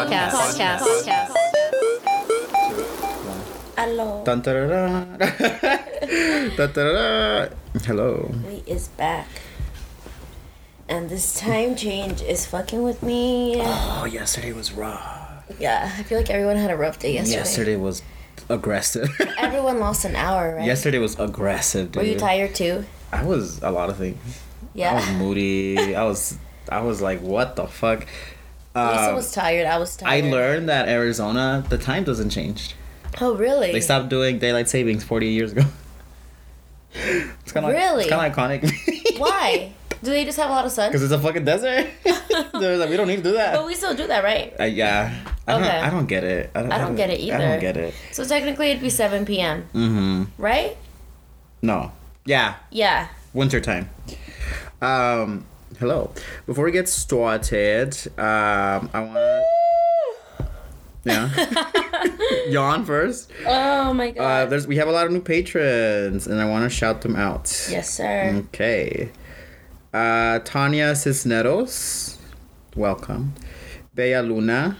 Podcast. Podcast. Hello, Dun, da-da-da. Da-da-da-da. Hello. we is back, and this time change is fucking with me. Oh, yesterday was raw. Yeah, I feel like everyone had a rough day yesterday. Yesterday was aggressive. Everyone lost an hour, right? yesterday was aggressive. Dude. Were you tired too? I was a lot of things. I was Yeah. moody. I was. I was like, what the fuck. Lisa Um, was tired. I was I tired. learned that Arizona, the time doesn't change. Oh really? They stopped doing daylight savings 40 years ago. It's kind of Really? kind of iconic. Why? Do they just have a lot of sun? Because it's a fucking desert. They're like, we don't need to do that. But we still do that, right? Uh, yeah. I don't, Okay. I don't get it. I don't get it I don't either. get it. So technically, it'd be 7 p.m. Mm-hmm. Right? No. Yeah. Yeah. Wintertime. Um, hello. Before we get started, um, I want to... Yeah. Yawn first. Oh my Uh, god. there's we have a lot of new patrons, and I want to shout them out. yes, mm. sir. Okay. Uh, Tanya Cisneros, welcome. Bea Luna,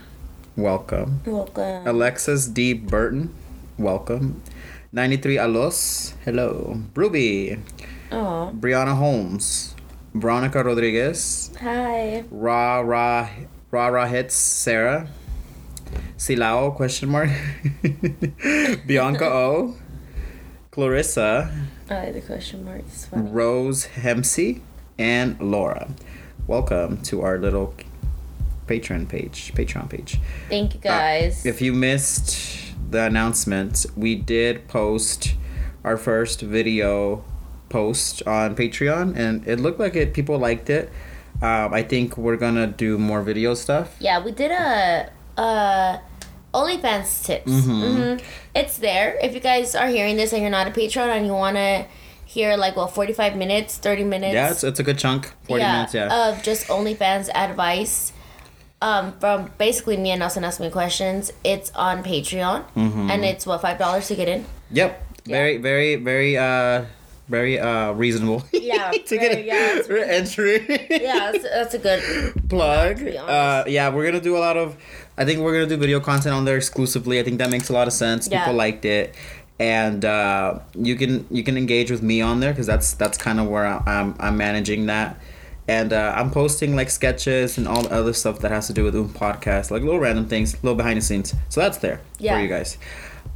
welcome. Welcome. Alexis D. Burton, welcome. 93 Alos, hello. Ruby, Oh. Brianna Holmes, Veronica Rodriguez, Hi. Ra Ra Ra Ra Hits, Sarah, Silao, question mark, Bianca O, Clarissa, Oh, the question mark is funny. Rose Hemsey, and Laura. Welcome to our little Patreon page, Patreon page. Thank you Uh, guys. if you missed the announcement, we did post our first video post on Patreon, and it looked like it. People liked it. Um, I think we're gonna do more video stuff. Yeah, we did a uh OnlyFans tips. Mm-hmm. hmm It's there. If you guys are hearing this and you're not a patron and you want to hear like what 45 minutes, 30 minutes, yeah, it's, it's a good chunk. Forty yeah, uh, minutes. Yeah. of just OnlyFans advice. Um, from basically me and Nelson asking questions. It's on Patreon, Mm-hmm. and it's what five dollars to get in. yep. Very, very, very, uh, very uh, reasonable. Yeah, to get a very- yeah, it's re- entry. Yeah, that's, that's a good. plug. be Uh, honest. yeah, we're gonna do a lot of. I think we're gonna do video content on there exclusively. I think that makes a lot of sense. Yeah. People liked it, and uh, you can you can engage with me on there because that's that's kind of where I- I'm I'm managing that. And uh, I'm posting like sketches and all the other stuff that has to do with Oom podcast, like little random things, little behind the scenes. So that's there Yeah. for you guys.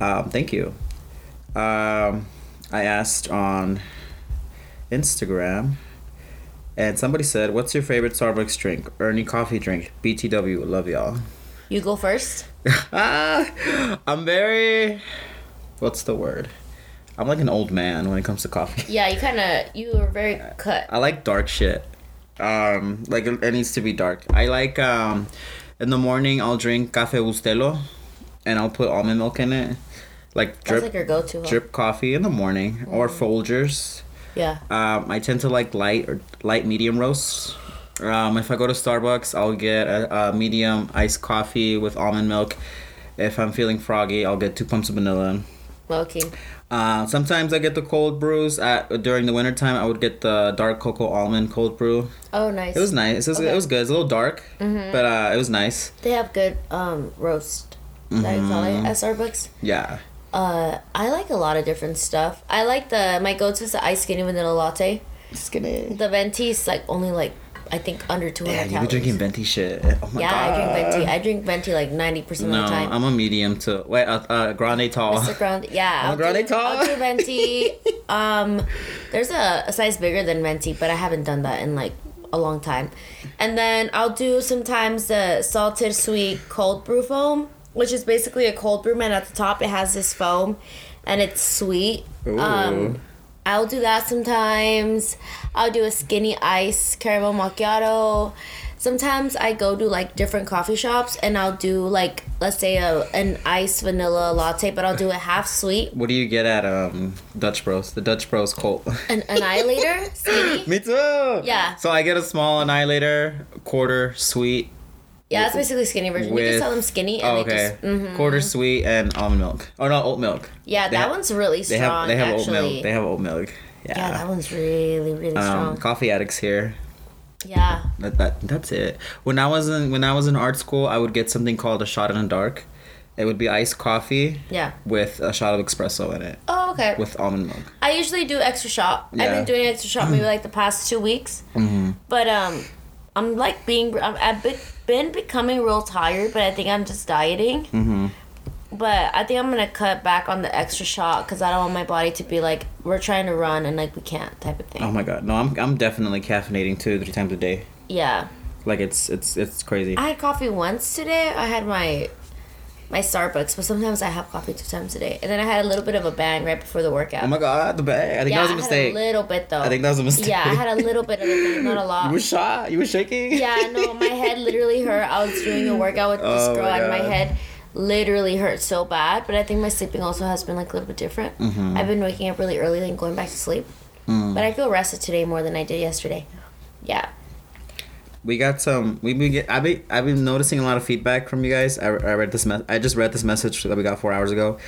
Um, thank you. Um, I asked on Instagram and somebody said, "What's your favorite Starbucks drink? Ernie coffee drink? BTW, love y'all." You go first. Ah, I'm very. What's the word? I'm like an old man when it comes to coffee. Yeah, you kind of you were very cut. I like dark shit. Um, like it it needs to be dark. I like um, in the morning I'll drink cafe bustelo, and I'll put almond milk in it, like That's drip like your go-to. huh? drip coffee in the morning or Mm-hmm. Folgers. Yeah. Um, I tend to like light or light medium roasts. Um, if I go to Starbucks, I'll get a, a medium iced coffee with almond milk. If I'm feeling froggy, I'll get two pumps of vanilla. Low-key. Uh, sometimes I get the cold brews. At, during the wintertime, I would get the dark cocoa almond cold brew. Oh, nice. It was nice. It was, it Okay. Mm-hmm. was good. It's a little dark, but uh, it was nice. They have good um roast. Is That you call Mm-hmm. it at Starbucks. Yeah. Uh, I like a lot of different stuff. I like the my go to is the ice skinny vanilla latte. Skinny. The venti's like only like I think under two Yeah, hundred you be calories. drinking venti shit. Oh my yeah, god. I drink venti. I drink venti like ninety percent No, of the time. I'm a medium to wait. Uh, uh, grande tall. Mr. Grande, yeah, I'm a I'll grande do, tall. I'll do venti. um, there's a, a size bigger than venti, but I haven't done that in like a long time. And then I'll do sometimes the salted sweet cold brew foam, which is basically a cold brew, and at the top it has this foam, and it's sweet. Ooh. Um, I'll do that sometimes. I'll do a skinny ice caramel macchiato. Sometimes I go to like different coffee shops and I'll do like let's say a, an ice vanilla latte, but I'll do a half sweet, What do you get at um Dutch Bros? The Dutch Bros Colt. an annihilator, skinny. Me too. Yeah. So I get a small annihilator, quarter sweet Yeah, that's basically skinny version. You with- just tell them skinny and oh, they okay, just mm, quarter sweet and almond milk. Oh no, oat milk. yeah, They that have- one's really They have strong. they have oat actually. milk. They have oat milk. Yeah. yeah, that one's really really um, strong. coffee addicts here. Yeah. That, that that's it. When I was in when I was in art school, I would get something called a shot in the dark. It would be iced coffee Yeah. with a shot of espresso in it Oh, okay. with almond milk. I usually do extra shot. I've Yeah. Mm-hmm. been doing extra shot maybe like the past two weeks. But um, I'm like being I'm, I've been, been becoming real tired, but I think I'm just dieting. Mm-hmm. But I think I'm gonna cut back on the extra shot because I don't want my body to be like we're trying to run and like we can't type of thing. Oh my god. No, I'm I'm definitely caffeinating two three times a day. Yeah, Like it's it's it's crazy. I had coffee once today. I had my my Starbucks, but sometimes I have coffee two times a day, and then I had a little bit of a bang right before the workout. oh my god, the bag. I think yeah, that was a I had mistake. little bit though. I think that was a mistake. Yeah, I had a little bit of a bang, not a lot. You were shot. You were shaking. Yeah, no, my head literally hurt. I was doing a workout with this Oh girl, my and my God. head literally hurt so bad. But I think my sleeping also has been like a little bit different. Mm-hmm. I've been waking up really early and going back to sleep. Mm. But I feel rested today more than I did yesterday. Yeah, we got some we've been get, I've, been, I've been noticing a lot of feedback from you guys i, I read this me- i just read this message that we got four hours ago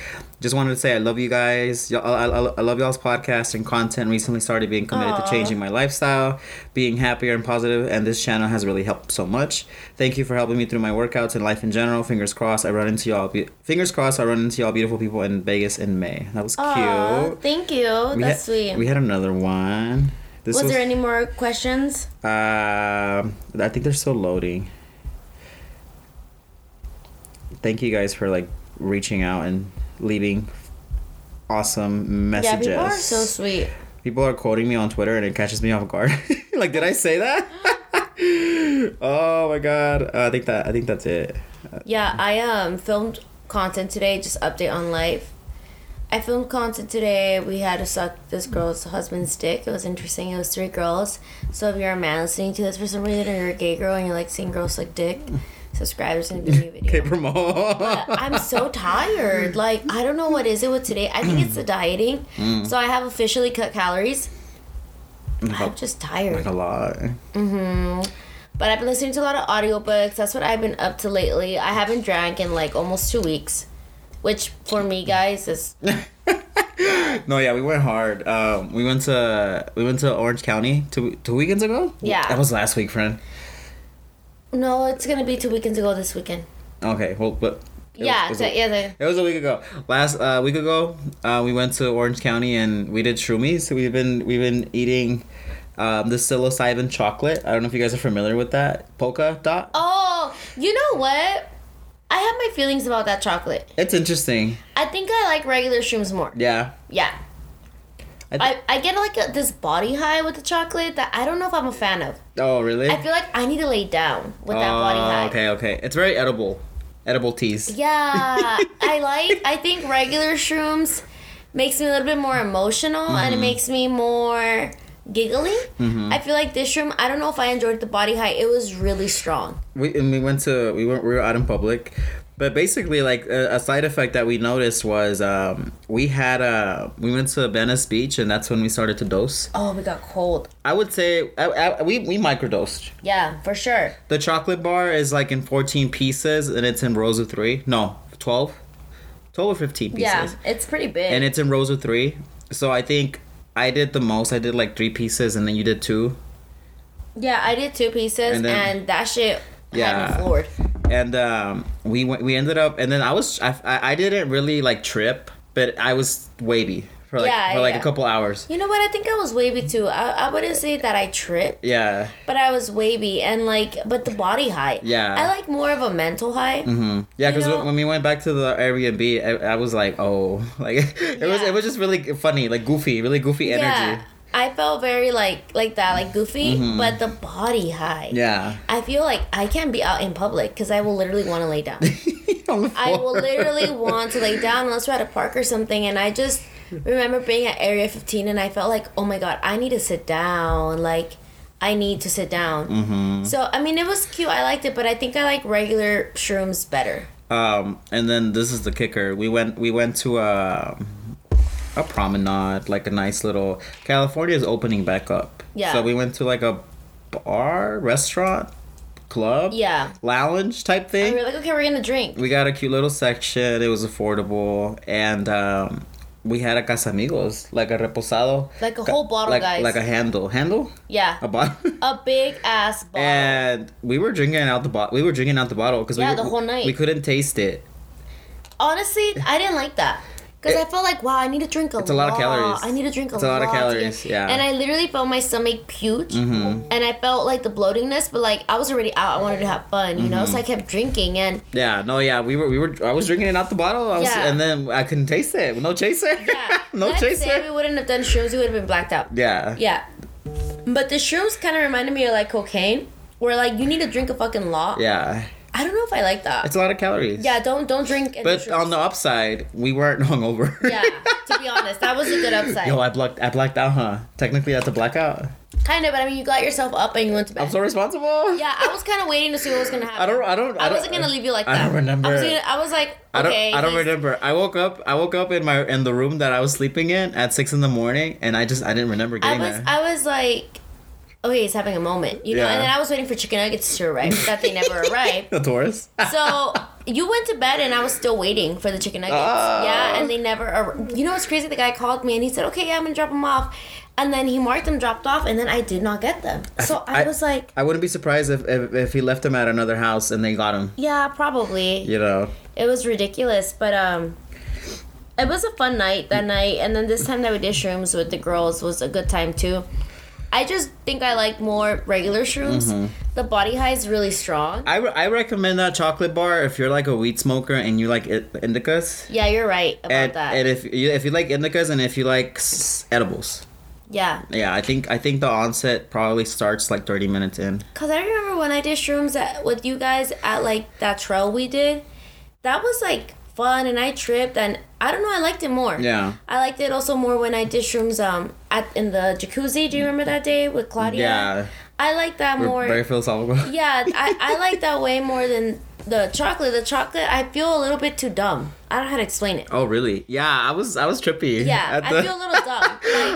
just wanted to say i love you guys y'all, I, I, I love y'all's podcast and content recently started being committed Aw. to changing my lifestyle being happier and positive and this channel has really helped so much thank you for helping me through my workouts and life in general fingers crossed i run into y'all be- fingers crossed i run into y'all beautiful people in vegas in may that was cute Aw, thank you. we That's had, sweet. we had another one this was, there any more questions? um, I think they're still loading. Thank you guys for like reaching out and leaving awesome messages. Yeah, people are so sweet. People are quoting me on Twitter and it catches me off guard. like, did I say that? oh my god! Uh, I think that I think that's it. Yeah, I um filmed content today. Just update on life. I filmed content today. We had to suck this girl's husband's dick. It was interesting. It was three girls. So if you're a man listening to this for some reason, or you're a gay girl and you like seeing girls suck dick, subscribe. There's gonna be a new video. Paper Mo. I'm so tired. Like I don't know what is it with today. I think it's the dieting. So I have officially cut calories. I'm just tired. like a lot. Mm-hmm. But I've been listening to a lot of audiobooks. That's what I've been up to lately. I haven't drank in like almost two weeks, which for me, guys, is No, yeah, we went hard. Um, we went to we went to Orange County two two weekends ago. Yeah. that was last week, friend. no, it's gonna be two weekends ago this weekend. Okay, well, but it yeah, was- so- it was- yeah, the- It was a week ago. Last uh, week ago, uh, we went to Orange County and we did shroomies. We've been we've been eating um, the psilocybin chocolate. I don't know if you guys are familiar with that polka dot. Oh, you know what? I have my feelings about that chocolate. It's interesting. I think I like regular shrooms more. Yeah, Yeah. I I, I get like a, this body high with the chocolate that I don't know if I'm a fan of. Oh, really? I feel like I need to lay down with that body Oh, high. Okay, okay. It's very edible. Edible teas. Yeah, I like. I think regular shrooms makes me a little bit more emotional, Mm-hmm. and it makes me more giggly. I feel like this shroom. I don't know if I enjoyed the body high. It was really strong. we and we went to we went we were out in public but basically like a, a side effect that we noticed was um we had uh we went to venice beach and that's when we started to dose Oh, we got cold. i would say I, I, we we microdosed Yeah, for sure. the chocolate bar is like in 14 pieces and it's in rows of three no 12 12 or 15 pieces Yeah, it's pretty big. and it's in rows of three so i think i did the most i did like three pieces and then you did two yeah, I did two pieces, And and, then- that shit had Yeah. me floored. and um, we went, we ended up, and then I was I, I I didn't really like trip, but I was wavy for like Yeah, for like yeah. a couple hours. You know what? I think I was wavy too. I, I wouldn't say that I tripped, Yeah, but I was wavy and like, but the body high. Yeah. I like more of a mental high. yeah. You Because know- when we went back to the Airbnb, I, I was like, oh, like it was Yeah. it was just really funny, like goofy, really goofy energy. Mm-hmm. I felt very like like that, like goofy, but the body high. Yeah, I feel like I can't be out in public because I will literally want to lay down. On the I will floor. literally want to lay down unless we're at a park or something. And I just remember being at Area 15 and I felt like, oh my God, I need to sit down. Like, I need to sit down. Mm-hmm. So, I mean, it was cute. I liked it, but I think I like regular shrooms better. Um, and then this is the kicker. We went we went to a a promenade, like a nice little California is opening back up. Yeah. So we went to like a bar, restaurant, club, Yeah. lounge type thing. And we were like, okay, we're going to drink. we got a cute little section. It was affordable, and um, we had a Casamigos, like a reposado. Like a Ca- whole bottle, like, guys. Like a handle. Handle? Yeah. A bottle? A big ass bottle. and we were drinking out the bottle. We were drinking out the bottle because Yeah, we, the whole night. we couldn't taste it. Honestly, I didn't like that. Because I It- felt like, wow, I need to drink a lot. a lot of calories. I need to drink a It's lot. to get- calories, yeah. Mm-hmm. And I literally felt my stomach puke. And I felt like the bloatingness, but like I was already out. I wanted to have fun, you know? So I Mm-hmm. kept drinking. And Yeah, no, yeah, we were, we were. I was drinking it out the bottle, I was, Yeah. and then I couldn't taste it. No chaser. yeah, no next day we chaser. wouldn't have done shrooms. We would have been blacked out. Yeah. Yeah. But the shrooms kind of reminded me of like cocaine, where like you need to drink a fucking lot. Yeah. I don't know if I like that. It's a lot of calories. yeah, don't don't drink. and But do shrooms. on the upside, we weren't hungover. yeah, to be honest, that was a good upside. Yo, I blacked. I blacked out, huh? Technically, that's a blackout. kind of, but I mean, you got yourself up and you went to bed. I'm so responsible. yeah, I was kind of waiting to see what was gonna happen. I don't. I don't. I don't- wasn't gonna leave you like I that. don't remember. I was, gonna- I was like, I don't. okay. I don't he's- remember. I woke up. I woke up in my in the room that I was sleeping in at six in the morning, and I just I didn't remember I getting was. there. I was like, okay, he's having a moment, you know. Yeah. And then I was waiting for chicken nuggets to arrive, but they never arrived. the Taurus. So you went to bed and I was still waiting for the chicken nuggets. Oh. Yeah, and they never. Ar- you know what's crazy? The guy called me and he said, "Okay, yeah, I'm gonna drop them off," and then he marked them dropped off, and then I did not get them. So I- I, was like, I wouldn't be surprised if, if if he left him at another house and they got him. "Yeah, probably." You know. It was ridiculous, but um. It was a fun night Mm. that night, and then this time that we did shrooms with the girls was a good time too. I just think I like more regular shrooms. Mm-hmm. The body high is really strong. I, re- I recommend that chocolate bar if you're like a weed smoker and you like it, indicas. yeah, you're right about And, that. and if you if you like indicas and if you like s- edibles, yeah, yeah, I think I think the onset probably starts like thirty minutes in. Cause I remember when I did shrooms at, with you guys at like that trail we did, that was like fun and I tripped and I don't know I liked it more. Yeah. I liked it also more when I did shrooms um at in the jacuzzi. Do you remember that day with Claudia? Mm. Yeah, I like that more. very philosophical. yeah, I I like that way more than the chocolate. The chocolate I feel a little bit too dumb. I don't know how to explain it. Oh really? Yeah, I was I was trippy. Yeah, at I the- feel a little dumb. Like,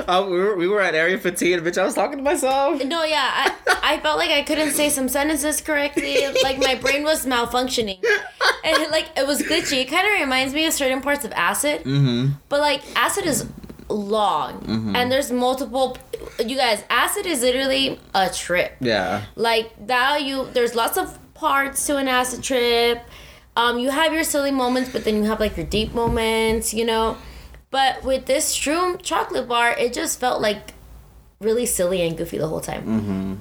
Uh, we, were, we were at Area 15, bitch. I was talking to myself. no, yeah, I, I felt like I couldn't say some sentences correctly. Like my brain was malfunctioning, and like it was glitchy. It kind of reminds me of certain parts of acid, Mm-hmm. but like acid is long, and there's multiple. You guys, acid is literally a trip. Yeah. Like now, you there's lots of parts to an acid trip. Um, you have your silly moments, but then you have like your deep moments, you know. But with this shroom chocolate bar, it just felt like really silly and goofy the whole time. Mm-hmm.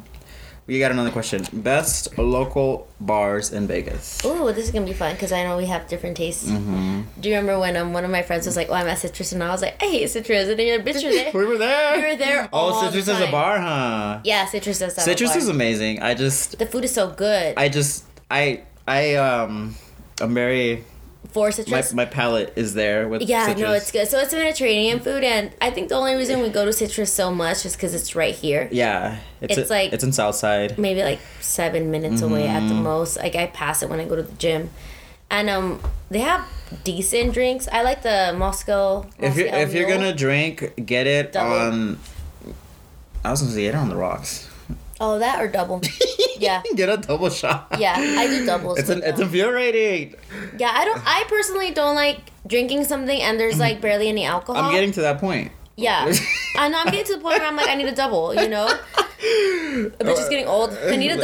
You got another question. Best local bars in Vegas. Oh, this is gonna be fun because I know we have different tastes. Mm-hmm. Do you remember when um, one of my friends was like, "Oh, I'm at Citrus," and I was like, "I hate Citrus," and then you're like, "Bitch, you're there." We were there. We were there Oh, all the Citrus is time. a bar, huh? yeah, Citrus does have a Citrus bar. is amazing. I just, the food is so good I just, I, I, um, I'm very, for my, Citrus. my palate is there with yeah, citrus. no, it's good. So it's Mediterranean food, and I think the only reason we go to Citrus so much is because it's right here. Yeah. It's, It's like, like- it's in Southside. Maybe like seven minutes away at Mm. the most. Like I pass it when I go to the gym, and um, they have decent drinks. I like the Moscow. If you're, Moscow if you're Mule. gonna drink, get it Double. on, I was gonna say, get it on the rocks. oh that or double, yeah, get a double shot. yeah, I do doubles. It's, with an, it's them. infuriating. Yeah, I don't. I personally don't like drinking something and there's like barely any alcohol. I'm getting to that point. Yeah, I know. I'm getting to the point where I'm like, I need a double. You know, the bitch is getting old. I need a on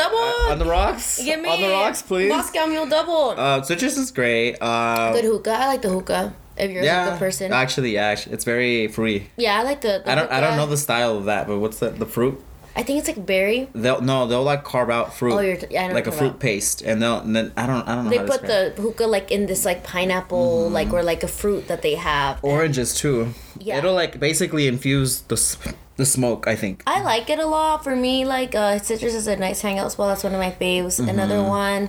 double. the rocks. Give me on the rocks, please. Moscow Mule double. Uh, citrus is great. Uh, Good hookah. I like the hookah. If you're a yeah, hookah person. actually, yeah, actually, it's very fruity. yeah, I like the. the I don't, I don't hookah. know the style of that, but what's the the fruit? I think it's like berry. They'll no, they'll like carve out fruit, Oh, you're. Yeah, I know like a what you're fruit talking paste, and they'll and then I don't, I don't know. how about. They to put describe the hookah like in this like pineapple Mm-hmm. like or like a fruit that they have. it. oranges too. Yeah. it'll like basically infuse the s- the smoke. I think. I like it a lot. For me, like uh, citrus is a nice hangout spot. That's one of my faves. Mm-hmm. Another one.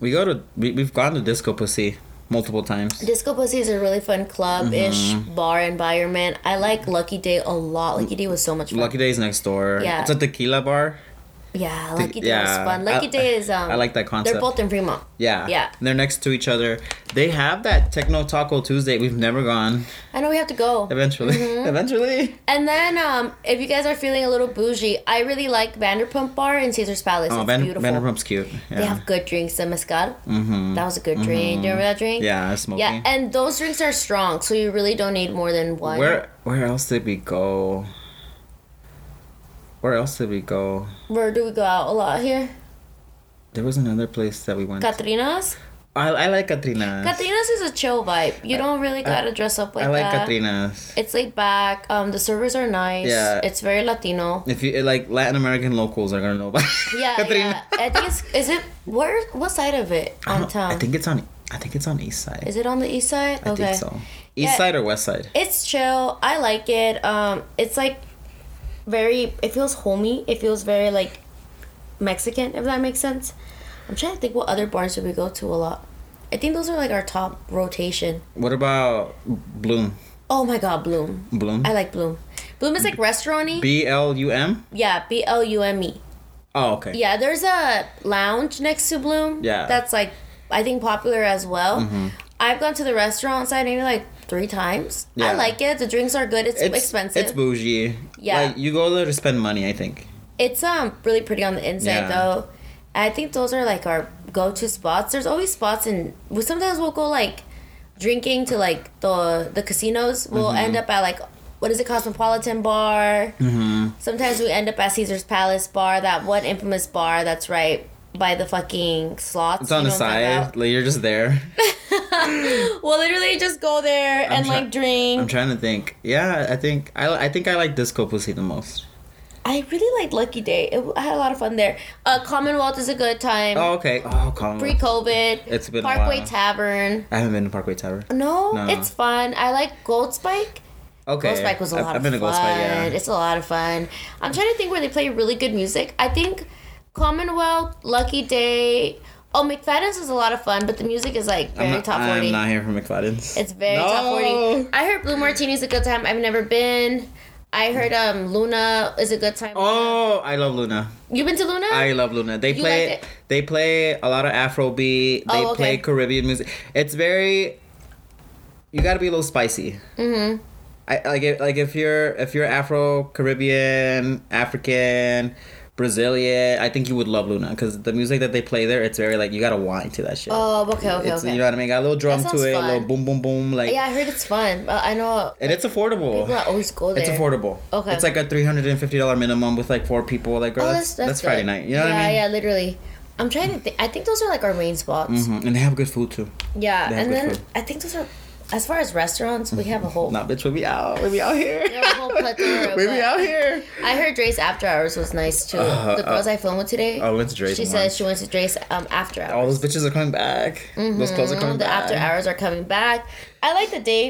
We go to we, we've gone to Disco Pussy multiple times. Disco Pussy is a really fun club ish Mm-hmm. bar environment. I like Lucky Day a lot. Lucky Day was so much fun. Lucky Days next door. Yeah. It's a tequila bar. Yeah, Lucky Day yeah. is fun. Lucky I- Day is um. I like that concept. They're both in Fremont. Yeah. Yeah. And they're next to each other. They have that Techno Taco Tuesday. We've never gone. I know we have to go. Eventually. Mm-hmm. Eventually. And then, um, if you guys are feeling a little bougie, I really like Vanderpump Bar in Caesar's Palace. Oh, it's Van, beautiful. Vanderpump's cute. Yeah. Mm. They have good drinks. The mezcal. Mm-hmm. That was a good drink. Do you remember that drink? yeah, smoky. Yeah, and those drinks are strong, so you really don't need more than one. where where else did we go? Where else did we go? Where do we go out a lot here? There was another place that we went. Katrina's? I, I like Katrina's. Katrina's is a chill vibe. You don't really gotta dress up like uh, I like that. Katrina's. It's laid back. Um, the servers are nice. Yeah. It's very Latino. If you like Latin American locals are gonna know about Yeah, Katrina. yeah. I think it's is it where what side of it I on don't- town? I think it's on. I think it's on East Side. is it on the east side? I think so. East Yeah. Side or West Side? It's chill. I like it. Um, it's like very. It feels homey. It feels very like Mexican. If that makes sense. I'm trying to think what other bars did we go to a lot. I think those are like our top rotation. What about Bloom? Oh my god, Bloom. Bloom. I like Bloom. Bloom is like restaurant-y. B L U M. yeah, B L U M E. Oh, okay. Yeah, there's a lounge next to Bloom. Yeah. Mm-hmm. That's like I think popular as well. I've gone to the restaurant side maybe like three times. Yeah. I like it. The drinks are good. It's, It's expensive. It's bougie. Yeah. Like you go there to spend money. I think. It's um really pretty on the inside Yeah. though. I think those are like our go to spots. There's always spots in we sometimes we'll go like drinking to like the the casinos. We'll Mm-hmm. end up at like what is it, Cosmopolitan Bar. Mm-hmm. Sometimes we end up at Caesar's Palace Bar, that one infamous bar that's right by the fucking slots. It's on you the know what I'm talking side. Like you're just there. about? We'll literally just go there and try- like drink. I'm trying to think. Yeah, I think I I think I like Disco Pussy the most. I really liked Lucky Day. It, I had a lot of fun there. Uh, Commonwealth is a good time. Oh, okay. Oh, Colin. Pre COVID. It's been a Parkway while. Tavern. I haven't been to Parkway Tower. No, No. it's fun. I like Gold Spike. Okay. Gold Spike was a I've- lot I've of been to fun. Gold Spike, yeah. It's a lot of fun. I'm trying to think where they play really good music. I think Commonwealth, Lucky Day. Oh, McFadden's is a lot of fun, but the music is like very I'm not, top 40. I'm not here for McFadden's. It's very top 40. I heard Blue Martini's a good time. I've never been. I heard um Luna is a good time. Oh, I love Luna. you been to Luna? I love Luna. They You play liked it? they play a lot of Afrobeat. They Oh, okay. play Caribbean music. It's very you got to be a little spicy. Mhm. Mm-hmm. I like if, like if you're if you're Afro Caribbean, African, Brazilian, I think you would love Luna cuz the music that they play there it's very like you got to whine to that shit. oh, okay, okay, it's, okay. You know what I mean? Got a little drum That to sounds it, a little fun. boom boom boom like yeah, I heard it's fun. Uh, I know and it's affordable. people that always go there. It's affordable. Okay. It's like a three hundred and fifty dollar minimum with like four people. Like, girl, Oh, that's, that's, good. Friday night. You know what yeah, I mean? Yeah, literally. I'm trying to think. I think those are like our main spots. Mhm, And they have good food too. Yeah, They have and good then food. I think those are, as far as restaurants, we have a whole. Nah, bitch, we be out. We be out here. we have a whole plethora, we but- be out here. I heard Dre's after hours was nice too. Uh, the girls I filmed with today. I went to Dre's She once. said she went to Dre's um, after hours. All those bitches are coming back. Oh, Those clothes are coming Mm-hmm. the back. after hours are coming back. I like the day,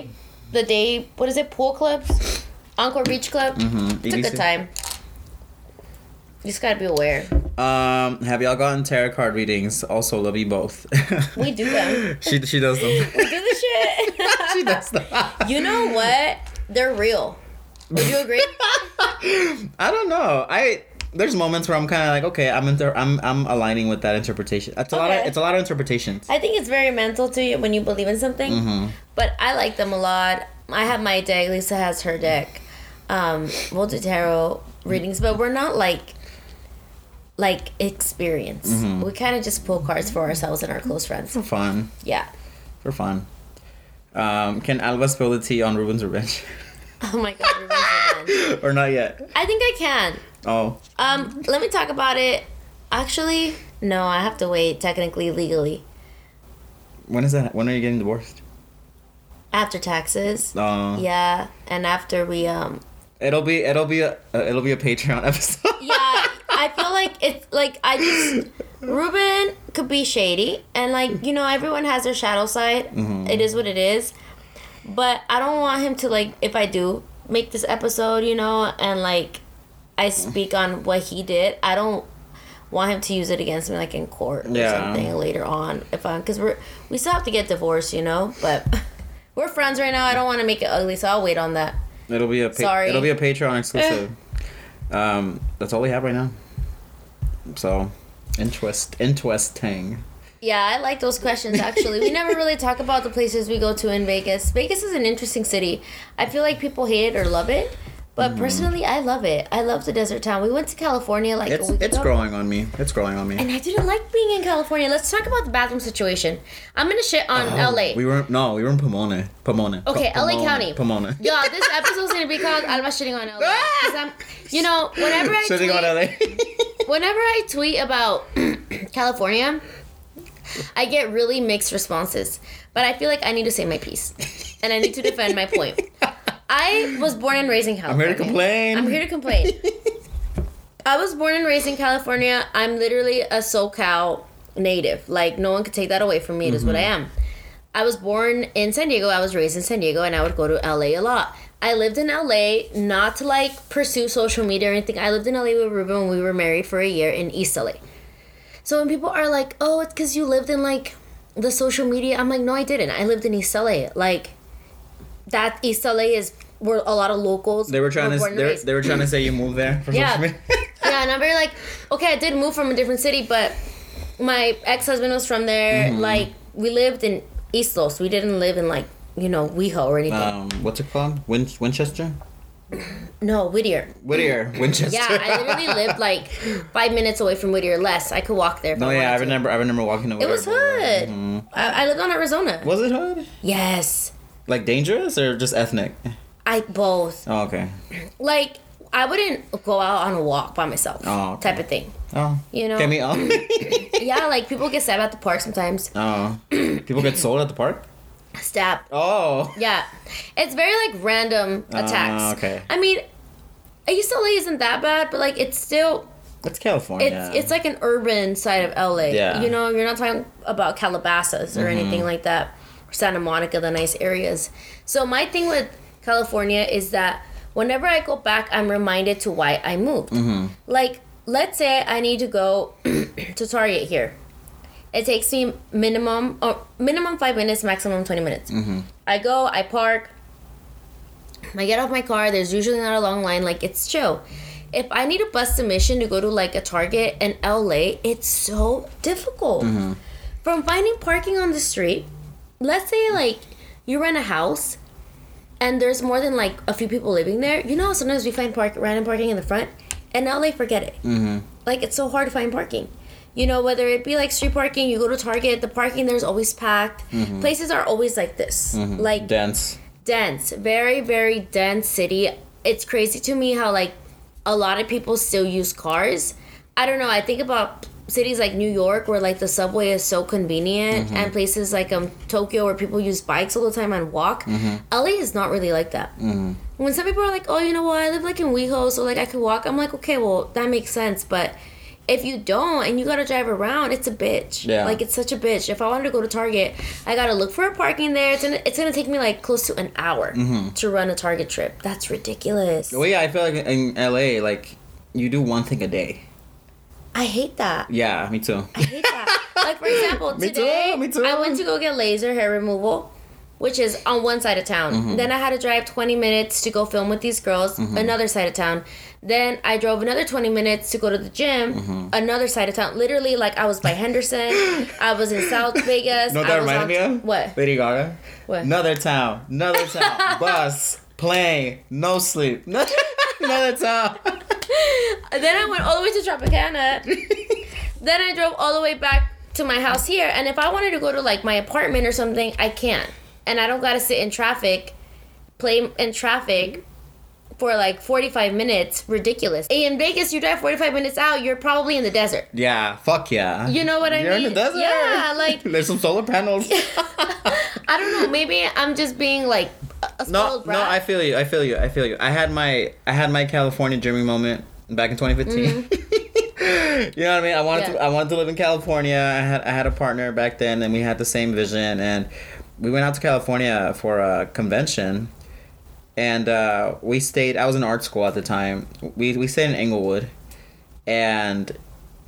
the day. What is it? Pool clubs, Encore Beach Club. Mm-hmm. It's a good EDC. time. You just gotta be aware. Um, have y'all gotten tarot card readings? Also, love you both. We do them. she she does them. Do the shit. she does them. You know what? They're real. Would you agree? I don't know. I there's moments where I'm kind of like, okay, I'm inter- I'm I'm aligning with that interpretation. It's a lot. Of, Okay. it's a lot of interpretations. I think it's very mental to you when you believe in something. But I like them a lot. I have my deck. Lisa has her deck. Um, we'll do tarot readings, but we're not like like experienced. We kind of just pull cards for ourselves and our close friends. For fun. Yeah. For fun. Um, can Alba spill the tea on Ruben's revenge? Oh my god. Ruben's revenge. or not yet? I think I can. Oh, Um, let me talk about it. Actually, no, I have to wait. Technically, legally, when is that? When are you getting divorced? after taxes. Uh, Yeah, and after we um It'll be it'll be a uh, it'll be a Patreon episode. yeah, I feel like it's like I just Ruben could be shady and like you know everyone has their shadow side. It is what it is. But I don't want him to like if I do make this episode, you know, and like I speak on what he did, I don't want him to use it against me like in court or Yeah. something later on if I'm cuz we're we still have to get divorced, you know, but we're friends right now. I don't want to make it ugly, so I'll wait on that. It'll be a pa- Sorry. Eh. it'll be a Patreon exclusive. um, that's all we have right now. So, interest interesting. Yeah, I like those questions actually. we never really talk about the places we go to in Vegas. Vegas is an interesting city. I feel like people hate it or love it, but Mm. personally, I love it. I love the desert town. We went to California like It's a week it's ago, growing on me. It's growing on me. and I didn't like being in California. Let's talk about the bathroom situation. I'm gonna shit on LA. Uh-huh. Oh, We were no, we were in Pomona. Pomona. Okay, Po- LA Pomona. County. Pomona. Y'all, this episode's gonna be called Alma shitting on LA. 'Cause I'm- you know, whenever I Sitting tweet, Ah! on LA. whenever I tweet about California, I get really mixed responses. But I feel like I need to say my piece, and I need to defend my point. I was born and raised in I'm California. here to complain. I'm here to complain. I was born and raised in California. I'm literally a SoCal native. Like no one could take that away from me. It is what I Mm-hmm. am. I was born in San Diego. I was raised in San Diego, and I would go to LA a lot. I lived in LA not to like pursue social media or anything. I lived in LA with Ruben when we were married for a year in East LA. So when people are like, "Oh, it's because you lived in like the social media," I'm like, "No, I didn't. I lived in East LA. Like that East LA is where a lot of locals They were trying to born and they were, raised. they were trying to say you moved there for Yeah. social media. yeah, and I'm very like, okay, I did move from a different city, but my ex husband was from there. Mm-hmm. Like, we lived in East Los. We didn't live in like you know WeHo or anything. um, what's it called? Win- Winchester? no, Whittier. Whittier. Winchester. Yeah, I literally lived like five minutes away from Whittier. Less, I could walk there. if No, wanted yeah, I to. remember. I remember walking away. It was hood. Mm-hmm. I, I lived on Arizona. Was it hood? Yes, Like dangerous or just ethnic? I both Oh, okay. like. I wouldn't go out on a walk by myself, Oh, okay. type of thing. Oh, You know- Get me off. Yeah, like people get stabbed at the park sometimes. oh, people get sold at the park. Stabbed. Oh, Yeah, it's very like random attacks. okay. I mean, East LA isn't that bad, but like it's still it's California. it's it's like an urban side of LA. Yeah. Mm-hmm. You know, you're not talking about Calabasas or anything like that, or Santa Monica, the nice areas. So my thing with California is that whenever I go back, I'm reminded to why I moved. Mm-hmm. Like, let's say I need to go to Target here. It takes me minimum or minimum five minutes, maximum twenty minutes. Mm-hmm. I go, I park, I get off my car. There's usually not a long line. Like it's chill. If I need a bus submission to go to like a Target in LA, it's so difficult. From finding parking on the street, let's say like you rent a house and there's more than like a few people living there. You know, how sometimes we find park random parking in the front, and LA forget it. Like it's so hard to find parking. You know, whether it be like street parking, you go to Target, the parking there's always packed. Places are always like this. Like dense. dense, very very dense city. It's crazy to me how like a lot of people still use cars. I don't know. I think about cities like New York where like the subway is so convenient and places like um Tokyo where people use bikes all the time and walk. LA is not really like that. When some people are like, "Oh, you know what? I live like in WeHo, so like I could walk." I'm like, "Okay, well, that makes sense, but if you don't and you gotta drive around, it's a bitch. Yeah. Like it's such a bitch. If I wanted to go to Target, I gotta look for a parking there. It's gonna it's gonna take me like close to an hour to run a Target trip. That's ridiculous. Well, yeah, I feel like in LA, like you do one thing a day. I hate that. Yeah, me too. I hate that. like for example, Me too, today me too. I went to go get laser hair removal, which is on one side of town. Mm-hmm. Then I had to drive 20 minutes to go film with these girls, another side of town. Then I drove another 20 minutes to go to the gym, Mm-hmm. another side of town. Literally, like I was by Henderson, I was in South Vegas. No, I that was reminded on- me of what? Lady Gaga. What? Another town, another town, bus, plane, no sleep, another town. And then I went all the way to Tropicana. then I drove all the way back to my house here. And if I wanted to go to like my apartment or something, I can. And I don't gotta sit in traffic, play in traffic for like 45 minutes. Ridiculous. In Vegas, you drive 45 minutes out, you're probably in the desert. Yeah, fuck yeah. You know what I You're in the mean? desert. Yeah, like- there's some solar panels. I don't know, maybe I'm just being like a a no, spoiled no, I brat. feel you. I feel you. I feel you. I had my I had my California dreaming moment back in 2015. you know what I mean? I wanted to Mm. Yeah. I wanted to live in California. I had I had a partner back then, and we had the same vision. And we went out to California for a convention, and uh, we stayed. I was in art school at the time. We we stayed in Englewood, and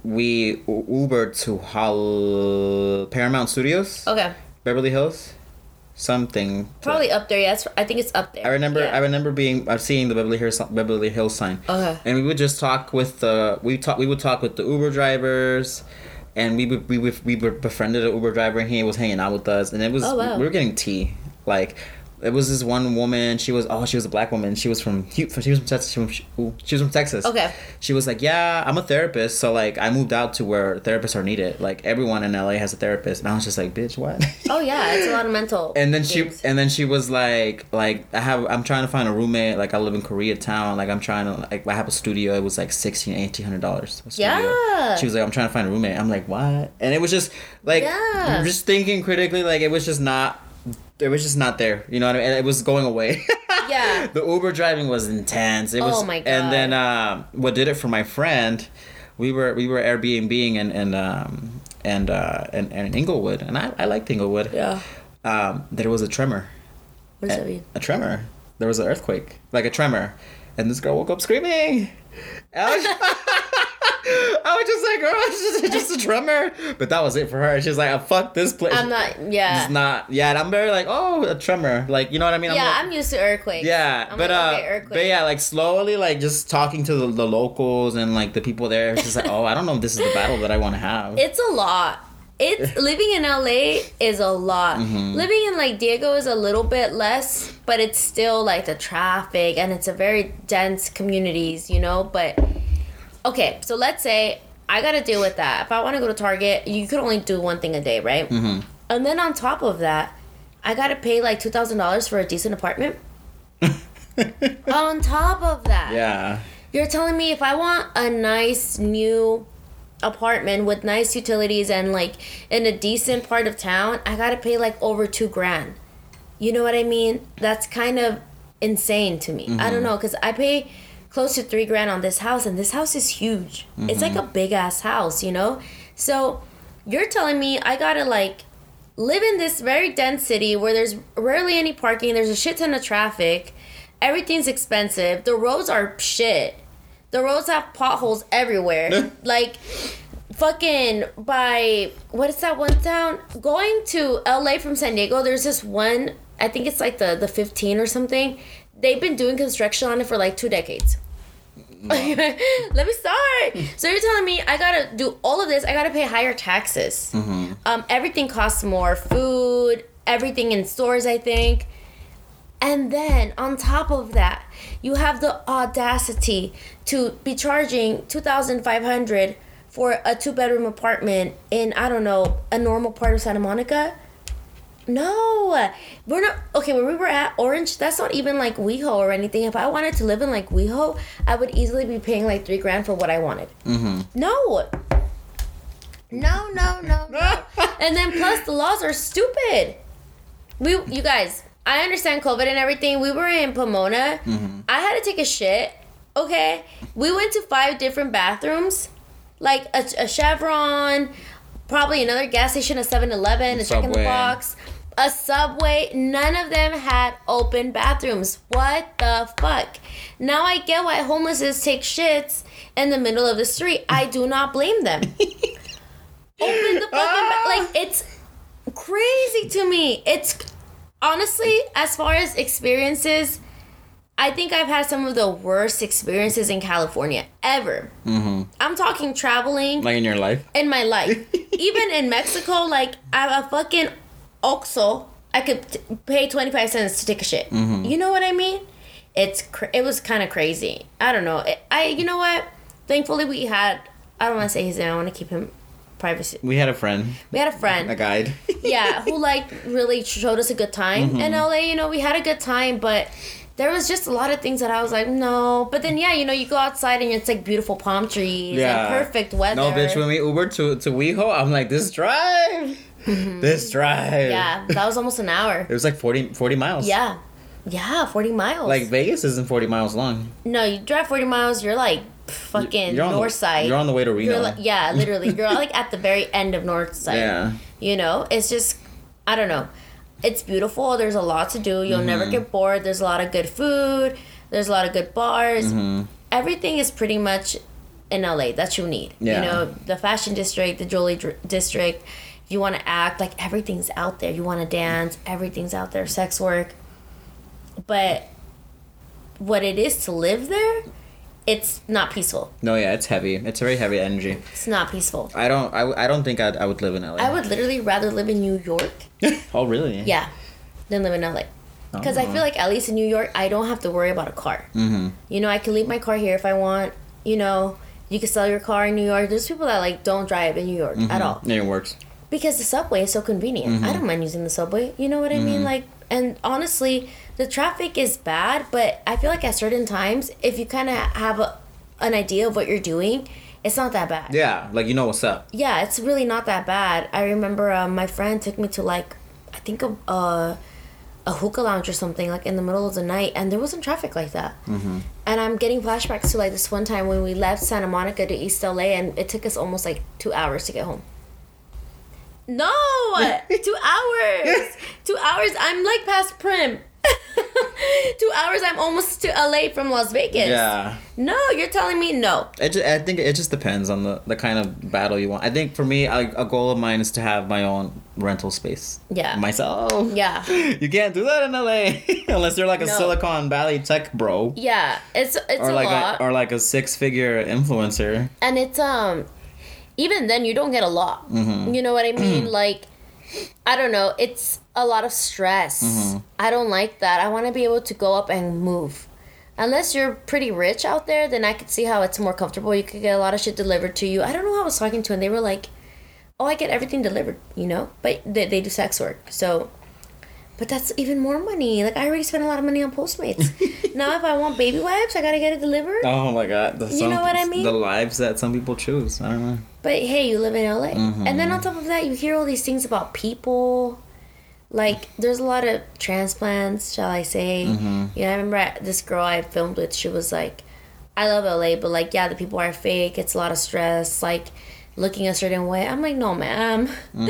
we u- Ubered to Hol- Paramount Studios, okay. Beverly Hills. something. to- Probably up there. Yes, I think it's up there. I remember Yeah. I remember being I've seeing the Beverly Hills Beverly Hills sign. Okay. And we would just talk with the we talk we would talk with the Uber drivers. And we would, we would, we were befriended an Uber driver and he was hanging out with us and it was Oh, wow. we were getting tea like it was this one woman she was oh she was a black woman she was from Hu- she was from Texas she was from, ooh, she was from Texas Okay. she was like yeah I'm a therapist so like I moved out to where therapists are needed like everyone in LA has a therapist and I was just like bitch what Oh yeah, it's a lot of mental. and then she things. and then she was like like i have i'm trying to find a roommate like i live in koreatown like i'm trying to like i have a studio it was like 16 1800 dollars Yeah. she was like i'm trying to find a roommate i'm like what and it was just like Yeah. just thinking critically like it was just not it was just not there you know what i mean and it was going away yeah. the Uber driving was intense. It Oh was, my God. And then um, what did it for my friend? We were we were Airbnbing and and um, and, uh, and and Inglewood, and I I liked Inglewood. Yeah. Um, there was a tremor. What does that mean? A tremor. There was an earthquake, like a tremor, and this girl woke up screaming. I was, I was just like, girl, it's just, just a tremor. But that was it for her. She's like, I fuck this place. I'm not. It's Yeah. not. Yeah, and I'm very like, oh, a tremor. Like, you know what I mean? yeah, like- I'm used to earthquakes. yeah, I'm but like, okay, uh, earthquake. but yeah, like slowly, like just talking to the, the locals and like the people there. It's just like, oh, I don't know if this is the battle that I want to have. It's a lot. It's living in LA is a lot. Mm-hmm. Living in like Diego is a little bit less, but it's still like the traffic and it's a very dense communities, you know, but okay, so let's say I got to deal with that. If I want to go to Target, you could only do one thing a day, right? Mm-hmm. And then on top of that, I got to pay like $2,000 for a decent apartment. on top of that. yeah, You're telling me if I want a nice new apartment with nice utilities and like in a decent part of town, I gotta pay like over two grand. You know what I mean? That's kind of insane to me. I don't know, cause I pay close to three grand on this house, and this house is huge. It's like a big ass house, you know? So you're telling me I gotta like live in this very dense city where there's rarely any parking, there's a shit ton of traffic, everything's expensive, the roads are shit. The roads have potholes everywhere. like fucking by what is that one town? Going to LA from San Diego, there's this one, I think it's like the the 15 or something. They've been doing construction on it for like two decades. Let me start. So you're telling me I gotta do all of this? I gotta pay higher taxes. Um, everything costs more. Food, everything in stores, I think. And then on top of that, you have the audacity to be charging two thousand five hundred for a two bedroom apartment in I don't know a normal part of Santa Monica. No, we're not okay. Where we were at Orange, that's not even like WeHo or anything. If I wanted to live in like WeHo, I would easily be paying like three grand for what I wanted. Mm-hmm. No, no, no, no, no. and then plus the laws are stupid. We, you guys, I understand COVID and everything. We were in Pomona. I had to take a shit. Okay, we went to five different bathrooms, like a, a Chevron, probably another gas station, a 7-Eleven, a Check in the Subway. Box, a Subway. None of them had open bathrooms. What the fuck? Now I get why homelesses take shits in the middle of the street. I do not blame them. open the fucking ba- like it's crazy to me. It's honestly as far as experiences. I think I've had some of the worst experiences in California ever. I'm talking traveling like in your life. in my life. Even in Mexico, like I'm a fucking Oxxo. I could t- pay twenty five cents to take a shit. You know what I mean? It's cr- it was kind of crazy. I don't know. It, I you know what? Thankfully we had. I don't want to say his name. I want to keep him privacy. We had a friend, We had a friend a guide. yeah, who like really showed us a good time Mm-hmm. in LA. You know, we had a good time, but there was just a lot of things that I was like, no. But then yeah, you know, you go outside and it's like beautiful palm trees Yeah. and perfect weather. no bitch, when we Uber to to WeHo, I'm like this drive, this drive. Mm-hmm. yeah, that was almost an hour. it was like 40, 40 miles. Yeah, yeah, forty miles. like Vegas isn't forty miles long. no, you drive forty miles, you're like fucking You're on north the, side. You're on the way to Reno. You're like, yeah, literally, you're like at the very end of north side. yeah, You know, it's just, I don't know. It's beautiful. There's a lot to do. You'll never get bored. There's a lot of good food. There's a lot of good bars. Mm-hmm. Mm. Everything is pretty much in LA that you need. Yeah. You know, the fashion district, the jewelry dr- district. you want to act like everything's out there you want to dance everything's out there sex work but what it is to live there it's not peaceful No, yeah, it's heavy. It's very heavy energy. it's not peaceful I don't. I, w- I don't think I'd, I would live in LA. i would literally rather live in new york oh really? Oh. yeah than live in la because i feel like at least in new york i don't have to worry about a car Mm-hmm. you know i can leave my car here if i want you know you can sell your car in new york there's people that like don't drive in new york at all It works. because the subway is so convenient. I don't mind using the subway. You know what I mean? Like, and honestly, the traffic is bad, but I feel like at certain times, if you kind of have a, an idea of what you're doing, it's not that bad. Yeah, Yeah, like you know what's up. it's really not that bad. I remember um, my friend took me to like, I think a, a a hookah lounge or something like in the middle of the night, and there wasn't traffic like that. Mm-hmm. And I'm getting flashbacks to like this one time when we left Santa Monica to East LA, and it took us almost like two hours to get home. No, two hours. two hours. I'm like past Prim. two hours. I'm almost to LA from Las Vegas. Yeah. No, you're telling me no. It just, I think it just depends on the, the kind of battle you want. I think for me, a, a goal of mine is to have my own rental space. Yeah. Myself. Yeah. You can't do that in LA unless you're like a No. Silicon Valley tech bro Yeah. It's it's or a like lot, a, or like a six figure influencer. and it's um, even then you don't get a lot. You know what I mean? like, I don't know. It's a lot of stress. I don't like that. I want to be able to go up and move. Unless you're pretty rich out there, then I could see how it's more comfortable. You could get a lot of shit delivered to you. I don't know who I was talking to, and they were like, "Oh, I get everything delivered," you know. But they, they do sex work, so. But that's even more money. Like I already spent a lot of money on Postmates. now if I want baby wipes, I gotta get it delivered. Oh my god. The, some- know what I mean? The lives that some people choose. I don't know. But hey, you live in LA. Mm-hmm. And then on top of that, you hear all these things about people. Like, there's a lot of transplants, shall I say. Mm-hmm. You know, I remember I- this girl I filmed with, she was like, I love LA, but like, yeah, the people are fake. It's a lot of stress. Like, looking a certain way. I'm like, no, madam no,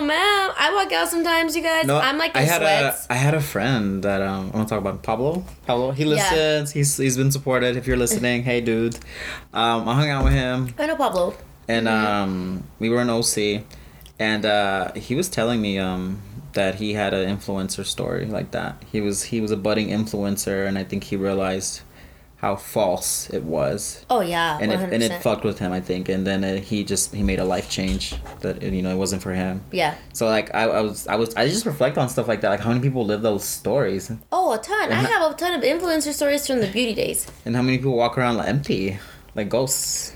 ma'am. I walk out sometimes, you guys. I'm like, in Mm-hmm. I had sweats. a I had a friend that um I want to talk about Pablo. Pablo, he listens. He's he's been supported. If you're listening, hey dude, um I hung out with him I know Pablo. and Mm-hmm. um we were in OC, and uh, he was telling me um that he had an influencer story like that. He was he was a budding influencer, and I think he realized how false it was Oh, yeah. and 100%. it, and it fucked with him i think and then it, he just he made a life change that you know it wasn't for him yeah. so like I, I was I was I just reflect on stuff like that like how many people live those stories Oh, a ton. Uh-huh. I have a ton of influencer stories from the beauty days. and how many people walk around like empty like ghosts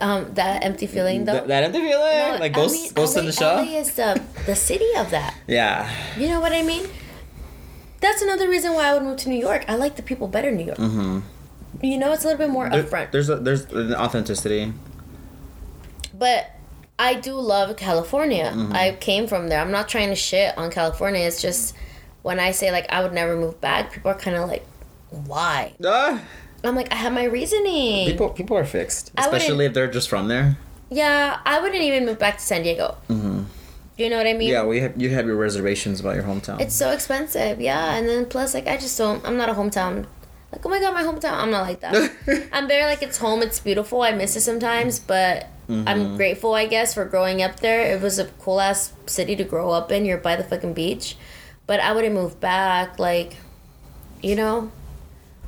Um, that empty feeling, though. Th- that empty feeling No, like I ghosts mean, ghosts in LA the shell LA is the, the city of that. yeah You know what I mean? That's another reason why I would move to New York. I like the people better in New York. You know, it's a little bit more Mm. There- upfront. there's a, there's an authenticity but I do love California. Mm-hmm. I came from there. I'm not trying to shit on California. It's just when I say like I would never move back, people are kind of like, why? Ah, I'm like, I have my reasoning. people people are fixed I wouldn't- especially if they're just from there yeah, I wouldn't even move back to San Diego. Mm-hmm. You know what I mean? yeah we have you have your reservations about your hometown It's so expensive, yeah. And then plus, like, I just don't. I'm not a hometown. Like, oh my god, my hometown. I'm not like that. I'm very like it's home. It's beautiful. I miss it sometimes, but Mm-hmm. I'm grateful, I guess, for growing up there. It was a cool ass city to grow up in. You're by the fucking beach, but I wouldn't move back. Like, you know.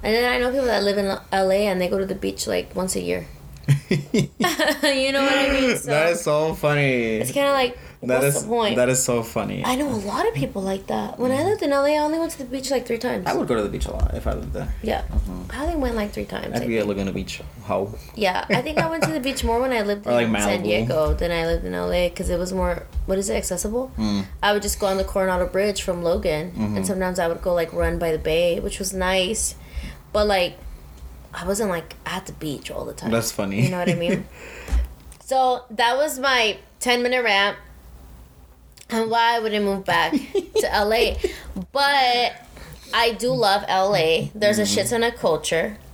And then I know people that live in L- LA and they go to the beach like once a year. you know what I mean? So that is so funny it's kind of like that what's is the point? that is so funny I know a lot of people like that. When I lived in LA, I only went to the beach like three times. I would go to the beach a lot if I lived there yeah, Mm-hmm. I only went like three times. I I'd be think. at Laguna Beach hoe yeah, I think I went to the beach more when I lived in Or, like, San Malibu. Diego than I lived in LA because it was more what is it accessible? Mm. I would just go on the Coronado Bridge from Logan, Mm-hmm. and sometimes I would go like run by the bay, which was nice, but like I wasn't like at the beach all the time. that's funny You know what I mean? so that was my 10 minute rant on why I wouldn't move back to LA. But I do love LA. There's a shit ton of culture. Mm-hmm. Uh,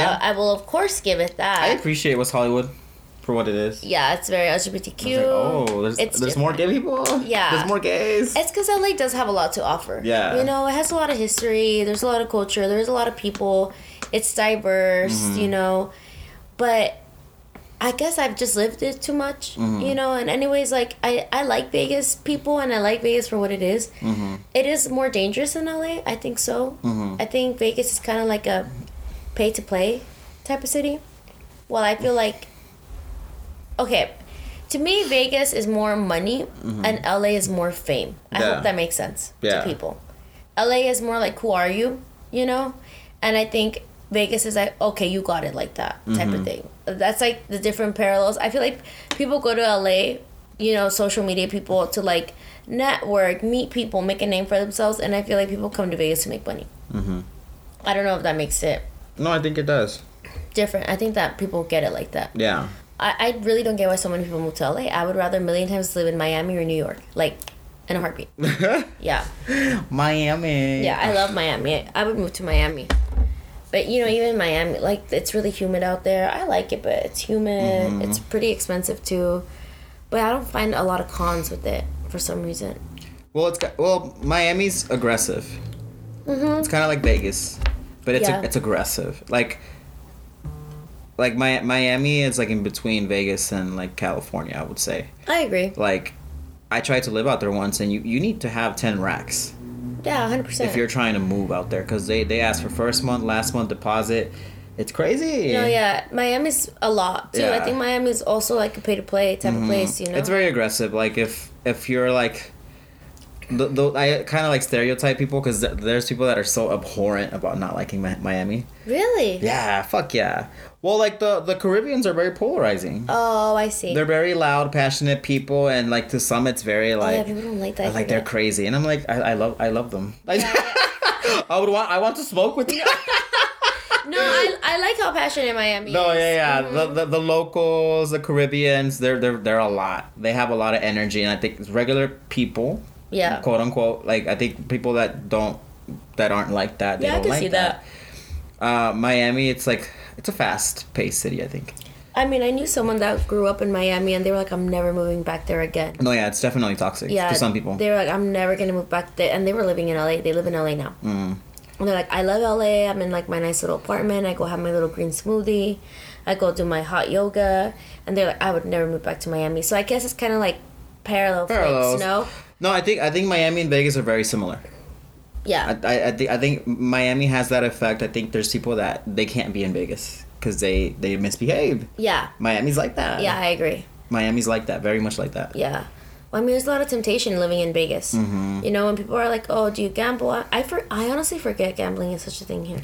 Yeah. I, I will, of course, give I it that. appreciate what's Hollywood for what it is. yeah, it's very LGBTQ. It's like, oh, there's, It's there's different. more gay people. Yeah. There's more gays. It's because LA does have a lot to offer. Yeah. You know, it has a lot of history, there's a lot of culture, there's a lot of people, it's diverse, you know. But I guess I've just lived it too much, you know. And anyways, like I, I like Vegas people, and I like Vegas for what it is. It is more dangerous in LA, I think so. I think Vegas is kind of like a pay to play type of city. Well, I feel like okay, to me, Vegas is more money, and LA is more fame. Mm-hmm. I Yeah. hope that makes sense Yeah. to people. LA is more like who are you, you know, and I think Vegas is like okay, you got it like that type Mm-hmm. of thing. That's like the different parallels. I feel like people go to LA, you know, social media people to like network, meet people, make a name for themselves, and I feel like people come to Vegas to make money. Mm-hmm. I don't know if that makes it No, I think it does. different. I think that people get it like that. Yeah. I, I really don't get why so many people move to LA. I would rather a million times live in Miami or New York, like in a heartbeat. yeah, Miami. yeah, I love Miami. I would move to Miami, but you know, even Miami, like it's really humid out there. I like it, but it's humid. Mm-hmm. It's pretty expensive too, but I don't find a lot of cons with it for some reason. Well, it's got, well Miami's aggressive. It's kind of like Vegas, but it's Mm-hmm. Yeah. it's aggressive. Like like Mi- Miami is like in between Vegas and like California, I would say. I agree. Like I tried to live out there once, and you you need to have ten racks Yeah, hundred if you're percent. trying to move out there, because they they ask for first month, last month deposit. It's crazy. No, yeah, Miami's a lot too. I Yeah. Mm-hmm. think Miami's also like a pay to play type of place. You know, It's very aggressive. Like if if you're like, th th I kind of like stereotype people because th- there's people that are so abhorrent about not liking Mi- Miami. really. Yeah, fuck yeah. Well, like the the Caribbeans are very polarizing. Oh, I see. They're very loud, passionate people, and like to some, it's very Oh, like yeah, people don't like that. like here. they're crazy. And I'm like, I, I love I love them. Like, I would want I want to smoke with you. No, I, I like how passionate Miami No, is. yeah, yeah. The, the the locals, the Caribbeans, they're they're they're a lot. They have a lot of energy, and I think it's regular people, Yeah. quote unquote, like I think people that don't that aren't like that, they Yeah, I don't can like see that. Uh, Miami, it's like it's a fast paced city, I think. I mean, I knew someone that grew up in Miami and they were like, I'm never moving back there again. No, yeah, it's definitely toxic Yeah. to some people. They were like, I'm never going to move back there. And they were living in LA. They live in LA now. Mm. And they're like, I love LA. I'm in like my nice little apartment. I go have my little green smoothie. I go do my hot yoga. And they're like, I would never move back to Miami. So I guess it's kind of like parallel Parallels. things, no? No, I think I think Miami and Vegas are very similar. Yeah. I I, I, think I think Miami has that effect. I think there's people that they can't be in Vegas because they they misbehave. yeah. Miami's like that. Yeah, I agree. Miami's like that, very much like that. Yeah. Well, I mean, there's a lot of temptation living in Vegas. Mm-hmm. You know, when people are like, "Oh, do you gamble?" I I, for, I honestly forget gambling is such a thing here.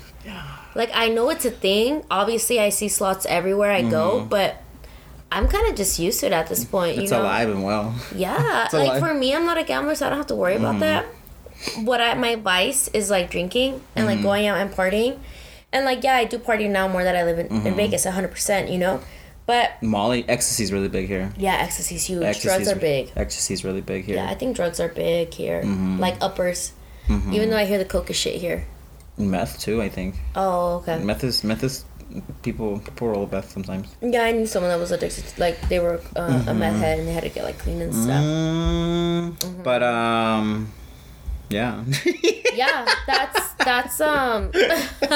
Like I know it's a thing. Obviously, I see slots everywhere I go, but I'm kind of just used to it at this point. You Mm-hmm. It's know? alive and well. Yeah. a like lie. Mm-hmm. for me, I'm not a gambler, so I don't have to worry about that. What I my vice is like drinking and like going out and partying, and like yeah, I do party now more that I live in, Mm-hmm. in Vegas, 100. percent You know, but Molly, ecstasies really big here. yeah, ecstasy's huge. Ecstasy's, Drugs are big. Ecstasy's really big here. Yeah, I think drugs are big here, Mm-hmm. like uppers. Even though I hear the coca shit here. Meth too, I think. Oh, okay. Meth is meth is people people roll meth sometimes. Yeah, I knew someone that was addicted. To, like they were uh, Mm-hmm. a meth head and they had to get like clean and stuff. Mm, Mm-hmm. But um, yeah. Mm-hmm. yeah, that's that's um, you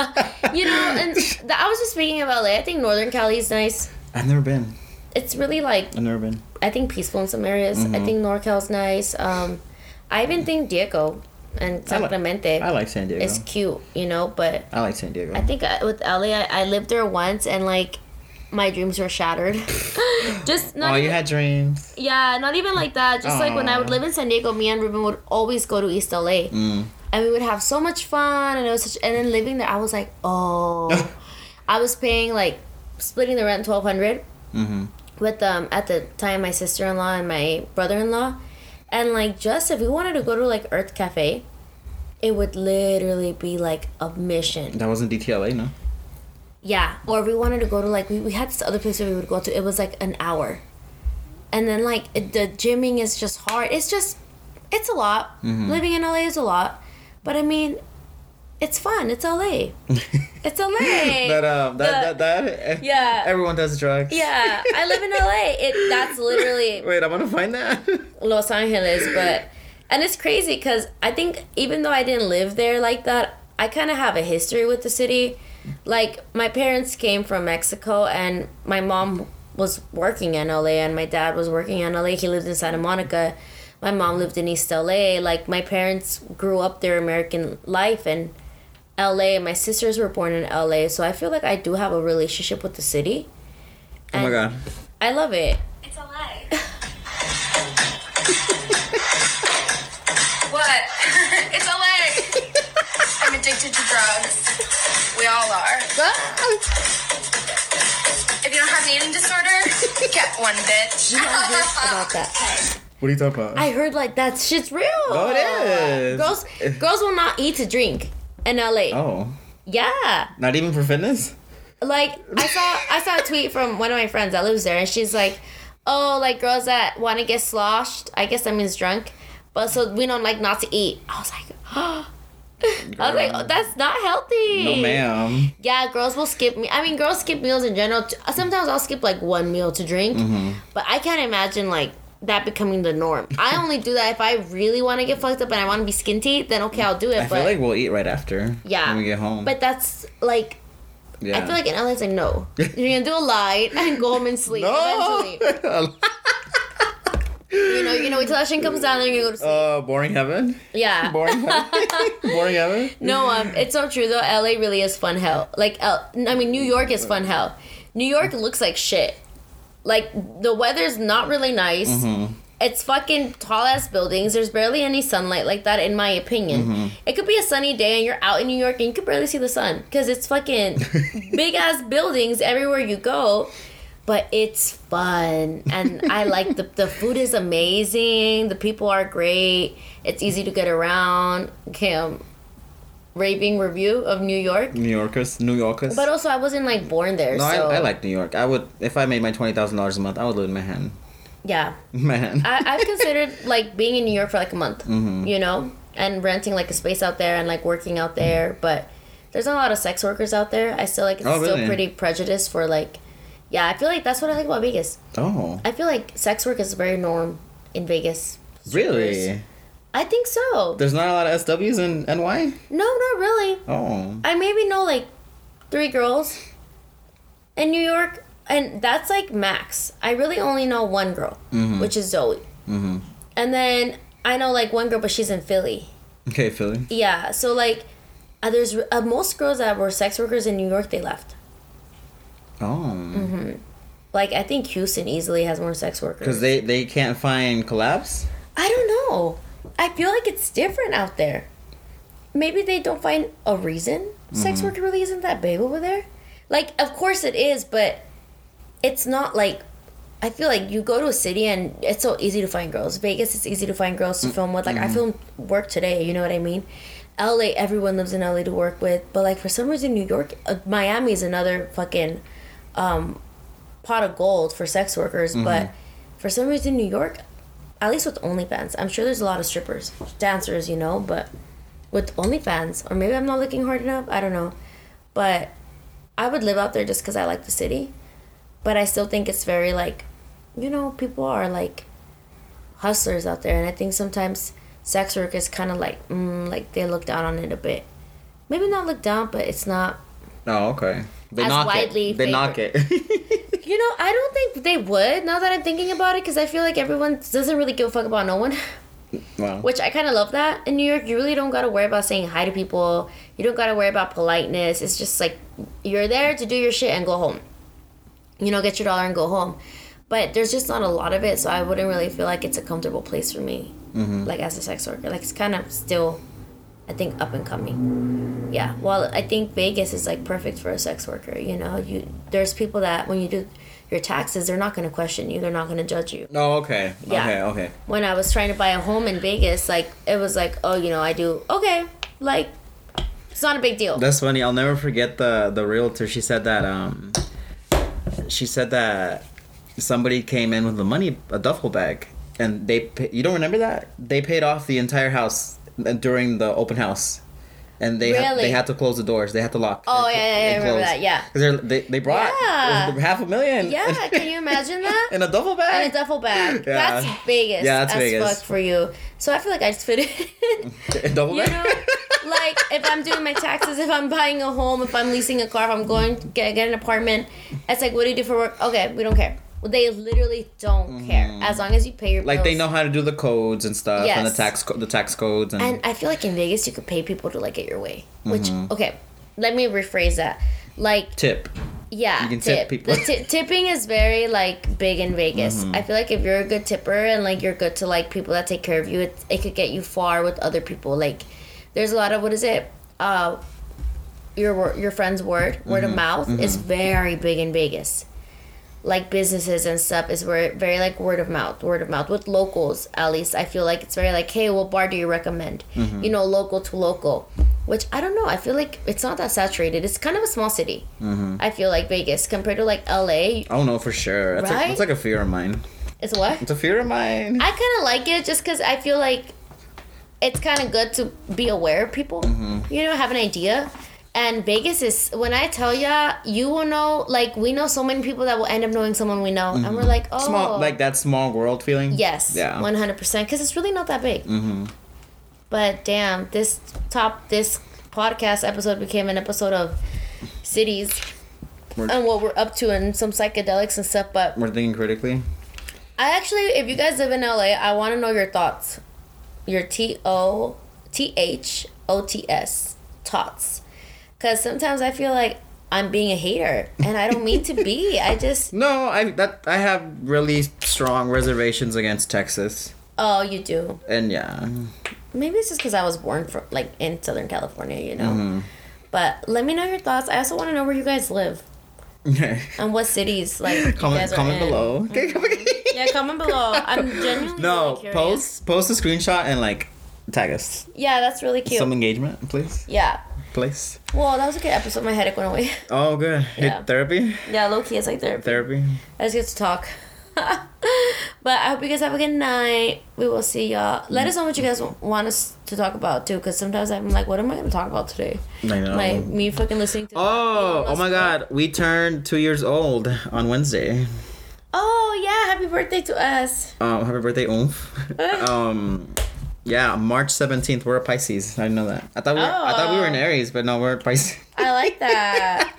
know, and th- I was just speaking of LA. I think Northern Cali is nice. I've never been. It's really like I've never been. I think peaceful in some areas. I Mm-hmm. think NorCal's nice. Um, I even think Diego and I like- Sacramento I like San Diego. is cute, you know, but I like San Diego. I think I, with LA, I, I lived there once and like my dreams were shattered. just not oh, you even, had dreams. yeah, not even like that. Just like when I would Aw. Mm. live in San Diego, me and Ruben would always go to East LA, and we would have so much fun. And it was such. And then living there, I was like, oh, I was paying like splitting the rent twelve Mhm. with um at the time my sister in law and my brother in law, and like just if we wanted to go to like Earth Cafe, it would literally be like a mission. That wasn't DTLA, no. Yeah, or we wanted to go to like we, we had this other place where we would go to. It was like an hour, and then like it, the gymming is just hard. It's just, it's a lot. Living in LA is a lot, but I mean, it's fun. It's LA. It's LA. But um, that, The- that that Yeah. Everyone does drugs. yeah, I live in LA. It that's literally Wait, I want to find that. Los Angeles, but and it's crazy because I think even though I didn't live there like that, I kind of have a history with the city. Like my parents came from Mexico, and my mom was working in LA and my dad was working in LA. He lived in Santa Monica. My mom lived in East LA. Like my parents grew up their American life in LA. My sisters were born in LA. So I feel like I do have a relationship with the city. Oh my And god. I love it. It's a lie. what? it's a lie. I'm addicted to drugs. We all are. If you don't have an eating disorder, get one, bitch. I heard about that. What are you talking about? I heard like that shit's real. Oh, it is. Girls girls will not eat to drink in LA. oh, Yeah. not even for fitness. like I saw I saw a tweet from one of my friends that lives there, and she's like, "Oh, like girls that want to get sloshed. I guess that means drunk, but so we don't like not to eat." I was like, oh. I was like, oh, that's not healthy. No, ma'am. Yeah, girls will skip me. I mean, girls skip meals in general. T- Sometimes I'll skip like one meal to drink, Mm-hmm. but I can't imagine like that becoming the norm. I only do that if I really want to get fucked up and I want to be skinty. Then okay, I'll do it. I but feel like we'll eat right after. yeah, When we get home. But that's like yeah. I feel like in LA, it's like, no. You're gonna do a lie and go home and sleep no. eventually. You know, you know, until that shit comes down, then you're gonna go to sleep. uh, boring heaven. yeah. Boring heaven. boring heaven. No, um, it's so true though. LA really is fun hell. Like, L- I mean, New York is fun hell. New York looks like shit. Like, the weather's not really nice. Mm-hmm. It's fucking tall ass buildings. There's barely any sunlight like that, in my opinion. Mm-hmm. It could be a sunny day and you're out in New York and you could barely see the sun because it's fucking big ass buildings everywhere you go. But it's fun, and I like the the food is amazing. The people are great. It's easy to get around. Kim, raving review of New York. New Yorkers. New Yorkers. But also, I wasn't like born there, no, so I, I like New York. I would if I made my twenty thousand dollars a month, I would live in Manhattan. yeah. Manhattan. I, I've considered like being in New York for like a month, Mm-hmm. you know, and renting like a space out there and like working out there. But there's not a lot of sex workers out there. I still like it's Mm-hmm. Oh, still really? pretty prejudiced for like, yeah. I feel like that's what I like about Vegas. oh, I feel like sex work is very norm in Vegas. really? I think so. There's not a lot of SWs in NY. No, not really. Oh, I maybe know like three girls in New York, and that's like max. I really only know one girl, which is Zoe. Mm-hmm. And then I know like one girl, but she's in Philly. okay, Philly. Yeah, so like uh, there's uh, most girls that were sex workers in New York, they left. Mm-hmm. Oh, Like I think Houston easily has more sex because workers. they they can't find collabs. I don't know. I feel like it's different out there. Maybe they don't find a reason. Sex work really isn't that big over there. Like, of course it is, but it's not like. I feel like you go to a city and it's so easy to find girls. Vegas, it's easy to find girls to film with. Like, I filmed work today, you know what I mean? LA, everyone lives in LA to work with. But, like, for some reason, New York, uh, Miami is another fucking um, pot of gold for sex workers. But for some reason, New York, at least with OnlyFans, I'm sure there's a lot of strippers, dancers, you know, but with OnlyFans, or maybe I'm not looking hard enough, I don't know. But I would live out there just because I like the city. But I still think it's very like, you know, people are like hustlers out there. And I think sometimes sex work is kind of like, mm, like they look down on it a bit. Maybe not look down, but it's not. Oh, okay. They As knock widely it. They knock it. You know, I don't think they would now that I'm thinking about it because I feel like everyone doesn't really give a fuck about no one. wow. which I kind of love that in New York. You really don't got to worry about saying hi to people. You don't got to worry about politeness. It's just like you're there to do your shit and go home. You know, get your dollar and go home. But there's just not a lot of it, so I wouldn't really feel like it's a comfortable place for me. Like as a sex worker, like it's kind of still, I think up and coming. Yeah. Well, I think Vegas is like perfect for a sex worker. You know, you there's people that when you do your taxes, they're not gonna question you. They're not gonna judge you Oh, okay. Yeah. Okay. Okay. when I was trying to buy a home in Vegas, like it was like, oh, you know, I do okay, like it's not a big deal. That's funny. I'll never forget the the realtor. She said that um, she said that somebody came in with a money a duffel bag, and they pa- you don't remember that they paid off the entire house uh, during the open house, and they had, they Really? had to close the doors. They had to lock. Oh, yeah, yeah, yeah, I remember that, yeah. because they they brought Yeah. half a million. yeah, can you imagine that? in a duffel bag. In a duffel bag. Yeah. That's Vegas. Yeah, that's as Vegas. fuck for you. So I feel like I just fit in. A duffel you bag. know, like if I'm doing my taxes, if I'm buying a home, if I'm leasing a car, if I'm going to get, get an apartment, it's like, what do you do for work? Okay, we don't care. Well, they literally don't care as long as you pay your Mm-hmm. Like bills. they know how to do the codes and stuff, and the Yes. tax co- the tax codes, and, And I feel like in Vegas, you could pay people to like get your way. Which okay, let me rephrase that. Like tip. yeah, You can tip people. Mm-hmm. The ti- tipping is very like big in Vegas. I feel like if you're a good tipper and like you're good to like people that take care of you, it it could get you far with other people. Like there's a lot of what is it? Uh, your wor- your friend's word, word Mm-hmm. of mouth is very big in Vegas. Like businesses and stuff is where very like word of mouth, word of mouth with locals. At least I feel like it's very like, hey, what bar do you recommend? Mm-hmm. You know, local to local, which I don't know. I feel like it's not that saturated. It's kind of a small city. I feel like Vegas compared to like I LA. don't know for sure. That's, a, Right? that's like a fear of mine. It's what? It's a fear of mine. I kind of like it just because I feel like it's kind of good to be aware of people. Mm-hmm. You know, have an idea. And Vegas is when I tell ya, you will know. Like we know so many people that will end up knowing someone we know, and we're like, oh, Mm-hmm. small, like that small world feeling. yes, Yeah. Mm-hmm. one hundred percent, because it's really not that big. But damn, this top this podcast episode became an episode of cities We're- and what we're up to and some psychedelics and stuff. But We're thinking critically. I actually, if you guys live in LA, I want to know your thoughts. Your T O T H O T S tots. Because sometimes I feel like I'm being a hater and I don't mean to be. I just, No, I that I have really strong reservations against Texas, oh, you do. and yeah, Maybe it's just because I was born from, like, in Southern California, you know? Mm-hmm. But let me know your thoughts. I also want to know where you guys live and what cities, like, you comment guys are comment in. below. Mm-hmm. Yeah, comment below. I'm genuinely no, really curious. post post a screenshot and like tag us. Yeah, that's really cute. Some engagement, please, yeah. please. Well, that was a good episode. My headache went away. Oh, good. Yeah. Hit therapy, Yeah, low key, it's like therapy. therapy. I just get to talk. but I hope you guys have a good night. We will see y'all. Let us know what you guys want us to talk about too, because sometimes I'm like, what am I gonna talk about today? I know. Like me fucking listening to. Oh, Elon oh my Musk. God! We turned two years old on Wednesday. Oh yeah, happy birthday to us. Um, happy birthday, Oomph. um, yeah, March seventeenth. We're a Pisces. I didn't know that. I thought we were, I thought we were in Oh. Aries, but no, we're Pisces. I like that.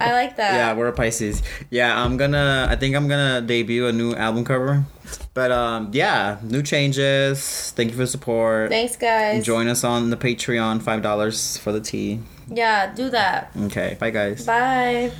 I like yeah, that. we're a Pisces. Yeah, I'm gonna. I think I'm gonna debut a new album cover. But um, yeah, new changes. Thank you for the support. Thanks guys. Join us on the Patreon. Five dollars for the tea. Yeah, do that. Okay, bye guys. Bye.